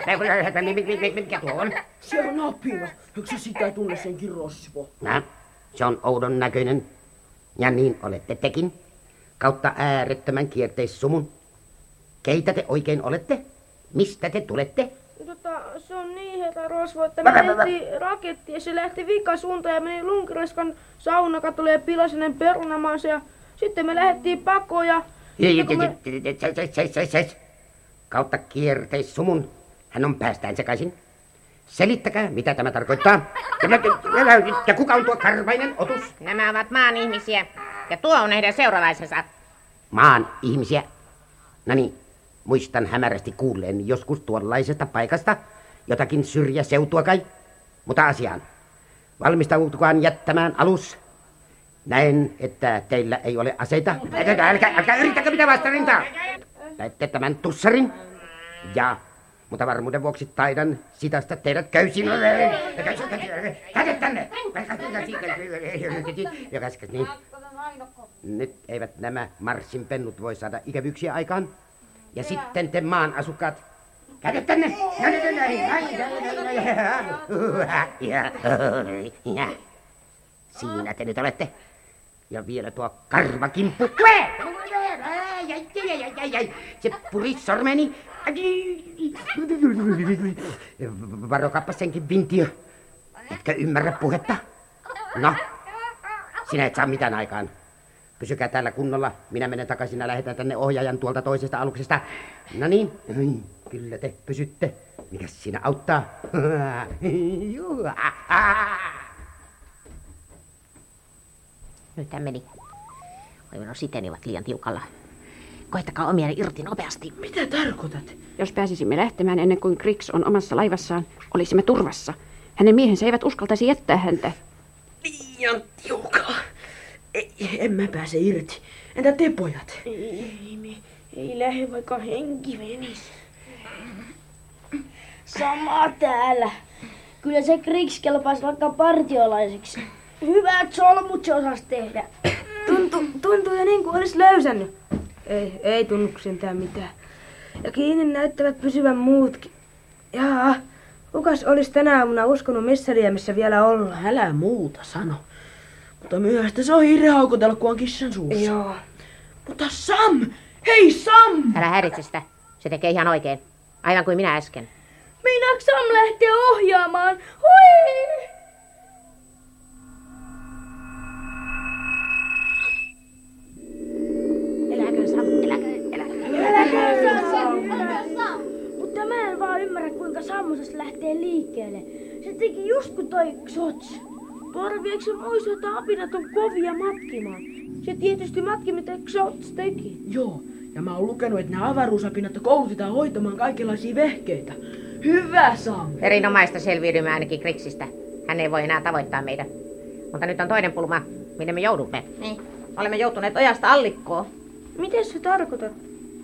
Speaker 9: Mikä tuo on?
Speaker 1: Se on apina. Eikö se sitä tunne senkin rosvo?
Speaker 9: Nä, se on oudon näköinen. Ja niin olette tekin. Kautta äärettömän kierteissumun. Keitä te oikein olette? Mistä te tulette?
Speaker 2: Tota, se on niin herra rosvo, että me mentiin raketti ja se lähti vikasuuntaan ja meni lunkireskan saunakatolle ja pilasi ne perunamansa ja sitten me lähdettiin pakoon ja sitten kun me...
Speaker 9: Seis, seis, seis. Kautta kierteissumun. Hän on päästään sekaisin. Selittäkää, mitä tämä tarkoittaa. Ja kuka on tuo karvainen otus?
Speaker 7: Nämä ovat maan ihmisiä. Ja tuo on heidän seuralaisensa.
Speaker 9: Maan ihmisiä. No niin, muistan hämärästi kuulleen joskus tuollaisesta paikasta. Jotakin syrjäseutua kai. Mutta asiaan. Valmistautukaan jättämään alus. Näen, että teillä ei ole aseita. Älkää, älkää, älkää yrittäkö mitä vastarintaa. Näette tämän tussarin. Ja, mutta varmuuden vuoksi taidan sitasta teidät köysin. Tänne, tänne. Ja käskäs niin. Nyt eivät nämä Marsin pennut voi saada ikävyyksiä aikaan. Ja sitten te maan asukkaat. Kädet tänne! No, no, no, no, no, no, no. Siinä te nyt olette. Ja vielä tuo karvakimppu. Kue! Ai, ai, ai, ai, ai, ai. Se puri sormeni. Varokappa senkin vintiö. Etkö ymmärrä puhetta? No, sinä et saa mitään aikaan. Pysykää täällä kunnolla. Minä menen takaisin ja lähetän tänne ohjaajan tuolta toisesta aluksesta. No niin, Hyi, kyllä te pysytte. Mikäs siinä auttaa? [laughs]
Speaker 7: Nyt tämä meni. Oi minun siteni ovat liian tiukalla. Koittakaa omia irti nopeasti.
Speaker 1: Mitä tarkoitat?
Speaker 8: Jos pääsisimme lähtemään ennen kuin Kriks on omassa laivassaan, olisimme turvassa. Hänen miehensä eivät uskaltaisi jättää häntä.
Speaker 1: Liian tiukalla. Ei, en mä pääse irti. Entä te pojat?
Speaker 2: Ei, me, ei lähde vaikka henki menis.
Speaker 4: Sama täällä. Kyllä se kriks kelpaisi vaikka partiolaiseksi. Hyvät solmut se osasi tehdä.
Speaker 3: Tuntuu, tuntuu jo niin kuin olisi löysännyt. Ei, ei tunnu sentään mitään. Ja kiinni näyttävät pysyvän muutkin. Jaa, kukas olisi tänä aamuna uskonut missä liemessä vielä ollaan?
Speaker 1: Älä muuta sano. Mutta myöhäistä se on hiire haukotella, kun on kissan suussa.
Speaker 3: Joo.
Speaker 1: Mutta Sam! Hei Sam!
Speaker 7: Älä häiritse sitä. Se tekee ihan oikein. Aivan kuin minä äsken.
Speaker 4: Meinaako Sam lähteä ohjaamaan? Hui!
Speaker 7: Eläköön Sam, eläköön, eläköön.
Speaker 4: Mutta mä en vaan ymmärrä, kuinka Sammusesta lähtee liikkeelle. Se teki just kun toi Xots.
Speaker 2: Tarviiko se muistaa, että apinat on kovia matkimaan? Se tietysti matki, mitä Xots teki.
Speaker 1: Joo, ja mä oon lukenut, että nämä avaruusapinat koulutetaan hoitamaan kaikenlaisia vehkeitä. Hyvä Sam!
Speaker 7: Erinomaista selviydymme ainakin Kriksistä. Hän ei voi enää tavoittaa meitä. Mutta nyt on toinen pulma, minne me joudumme.
Speaker 6: Niin. Olemme joutuneet ojasta allikkoon.
Speaker 2: Miten se tarkoitat?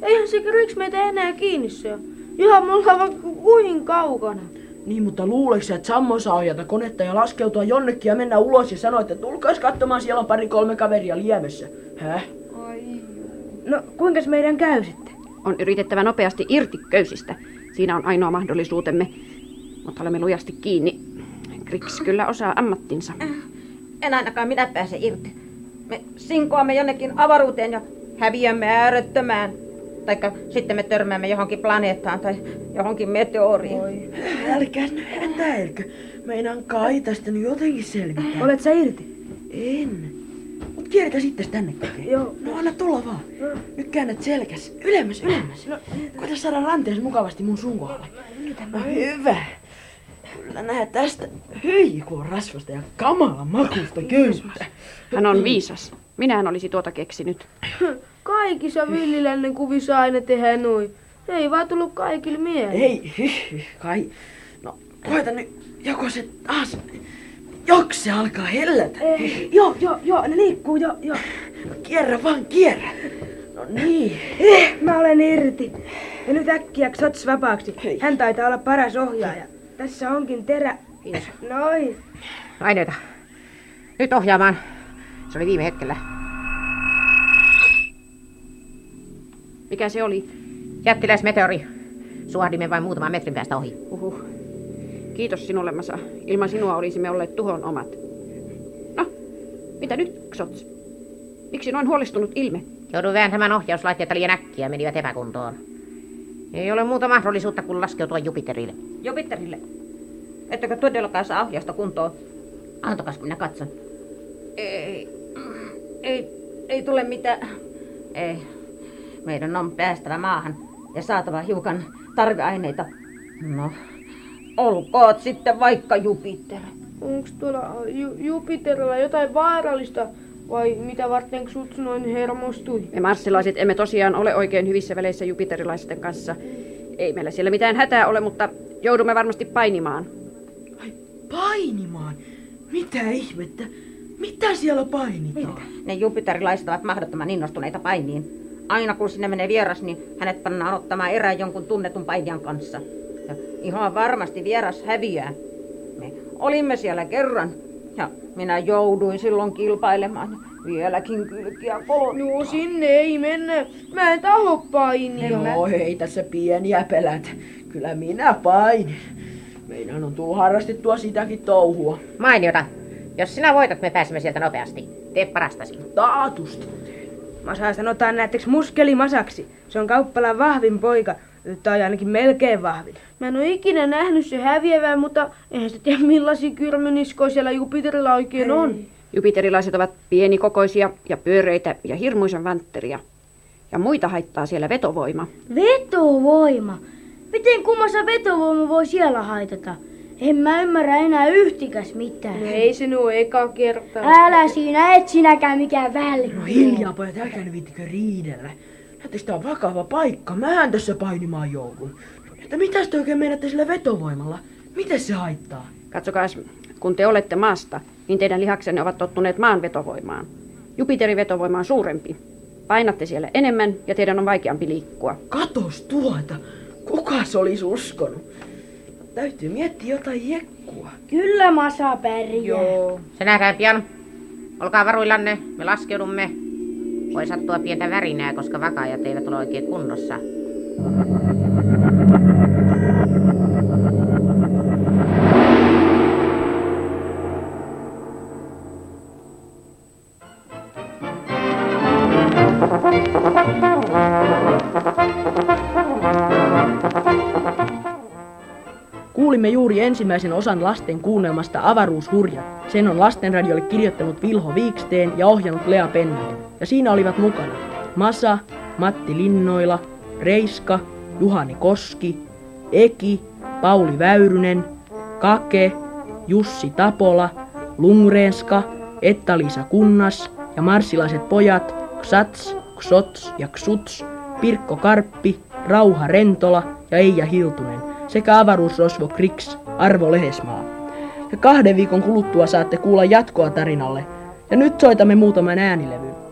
Speaker 2: Eihän se Kriks meitä enää kiinni syö. Ihan mulla on vaikka kuin kaukana.
Speaker 1: Niin, mutta luuleeko sä, että Sammo saa ohjata konetta ja laskeutua jonnekin ja mennä ulos ja sanoa, että tulkaas katsomaan, siellä on pari kolme kaveria liemessä. Häh?
Speaker 3: No, kuinkas meidän käy sitten?
Speaker 8: On yritettävä nopeasti irti köysistä. Siinä on ainoa mahdollisuutemme. Mutta olemme lujasti kiinni. Kriks kyllä osaa ammattinsa.
Speaker 6: En ainakaan minä pääse irti. Me sinkoamme jonnekin avaruuteen ja häviämme äärettömään. Taikka sitten me törmäämme johonkin planeettaan tai johonkin meteoriin.
Speaker 1: Älkää nyt hätäilkö. Meinaan kai tästä nyt jotenkin selvitä.
Speaker 3: Olet sä irti?
Speaker 1: En. Mut kiertä sitten tänne kokeen.
Speaker 3: Joo.
Speaker 1: No anna tulla vaan. Nyt käännät selkäs. Ylemmäs, ylemmäs. No, Koita saada ranteesi mukavasti mun sun kohdalle. No hyvä. Kyllä näet tästä hyikua rasvasta ja kamalan makusta köyttä.
Speaker 8: Hän on viisas. Minähän olisi tuota keksinyt.
Speaker 2: Kaikissa villilännen kuvissa aina tehdään noin. Ei vaan tullut kaikille mieleen.
Speaker 1: Ei, hyh, hyh, kai. No koita nyt joko se taas. Joks se alkaa hellätä.
Speaker 3: Ei. Joo, joo, joo, ne liikkuu, joo, joo.
Speaker 1: No kierrä vaan, kierrä. No niin.
Speaker 3: Eh, mä olen irti. Ja nyt äkkiä Xots vapaaksi.
Speaker 1: Hei.
Speaker 3: Hän taitaa olla paras ohjaaja. Tässä onkin terä.
Speaker 7: Kiitos.
Speaker 3: Noin.
Speaker 7: Aineita. Nyt ohjaamaan. Se oli viime hetkellä.
Speaker 8: Mikä se oli?
Speaker 7: Jättiläismeteori. Suohdimme vain muutaman metrin päästä ohi.
Speaker 8: Uhu. Kiitos sinulle, Masa. Ilman sinua olisimme olleet tuhon omat. No, mitä nyt, Xots? Miksi noin huolestunut ilme?
Speaker 7: Jouduin vääntämään ohjauslaitteita liian äkkiä ja menivät epäkuntoon. Ei ole muuta mahdollisuutta kuin laskeutua Jupiterille.
Speaker 6: Jupiterille. Ettekö todellakaan saa ohjausta kuntoon?
Speaker 7: Antokas minä katson.
Speaker 6: Ei, ei, ei tule mitään. Ei. Meidän on päästävä maahan ja saatava hiukan tarveaineita. No, olkoot sitten vaikka Jupiter.
Speaker 2: Onko tuolla äh, Ju- Jupiterilla jotain vaarallista vai mitä varten Xuts noin hermostui?
Speaker 8: Me marssilaiset emme tosiaan ole oikein hyvissä väleissä jupiterilaisten kanssa. Ei meillä siellä mitään hätää ole, mutta joudumme varmasti painimaan.
Speaker 1: Painimaan? Mitä ihmettä? Mitä siellä painitaan?
Speaker 6: Ne jupiterilaiset ovat mahdottoman innostuneita painiin. Aina kun sinne menee vieras, niin hänet pannaan ottamaan erään jonkun tunnetun painijan kanssa. Ja ihan varmasti vieras häviää. Me olimme siellä kerran ja minä jouduin silloin kilpailemaan ja vieläkin kylkiä kolon.
Speaker 2: No sinne ei mennä. Mä en taho painia.
Speaker 1: No ei tässä pieniä pelät. Kyllä minä painin. Meidän on tullut harrastettua sitäkin touhua.
Speaker 7: Mainiota. Jos sinä voitat, me pääsemme sieltä nopeasti. Tee parastasi.
Speaker 1: Taatusti.
Speaker 3: Masaa sanotaan näettekö muskelimasaksi. Se on kauppalan vahvin poika. Tai ainakin melkein vahvin.
Speaker 2: Mä en oo ikinä nähnyt se häviävän, mutta eihän se tiedä millaisia kyrmyniskoja siellä Jupiterilla oikein on.
Speaker 8: Jupiterilaiset ovat pienikokoisia ja pyöreitä ja hirmuisen vantteria. Ja muita haittaa siellä vetovoima.
Speaker 4: Vetovoima. Miten kummassa vetovoima voi siellä haitata? En mä ymmärrä enää yhtikäs mitään.
Speaker 3: Niin,
Speaker 2: No ei se oo eka kerta.
Speaker 4: Älä siinä, et sinäkään mikään välli.
Speaker 1: No hiljaa pojat, älkää nyt viittikö riidellä. Näettekö tää on vakava paikka? Mähän tässä painimaan joudun. Että mitäs te oikein meinaatte sillä vetovoimalla? Miten se haittaa?
Speaker 8: Katsokaa, kun te olette maasta, niin teidän lihaksenne ovat tottuneet maan vetovoimaan. Jupiterin vetovoima on suurempi. Painatte siellä enemmän ja teidän on vaikeampi liikkua.
Speaker 1: Katos tuota! Kuka se olisi uskonut? Täytyy miettiä jotain jekkua.
Speaker 4: Kyllä masa pärjää.
Speaker 7: Se nähdään pian. Olkaa varuillanne, me laskeudumme. Voi sattua pientä värinää, koska vakaajat eivät ole oikein kunnossa.
Speaker 1: Kuulimme juuri ensimmäisen osan lasten kuunnelmasta Avaruushurja. Sen on lastenradiolle kirjoittanut Vilho Viiksteen ja ohjannut Lea Pennanen. Ja siinä olivat mukana Masa, Matti Linnoila, Reiska, Juhani Koski, Eki, Pauli Väyrynen, Kake, Jussi Tapola, Lungrenska, Etta-Liisa Kunnas ja marsilaiset pojat Ksats, Ksots ja Ksuts, Pirkko Karppi, Rauha Rentola ja Eija Hiltunen sekä avaruusrosvo Kriks Arvo Lehesmaa. Ja kahden viikon kuluttua saatte kuulla jatkoa tarinalle. Ja nyt soitamme muutaman äänilevyn.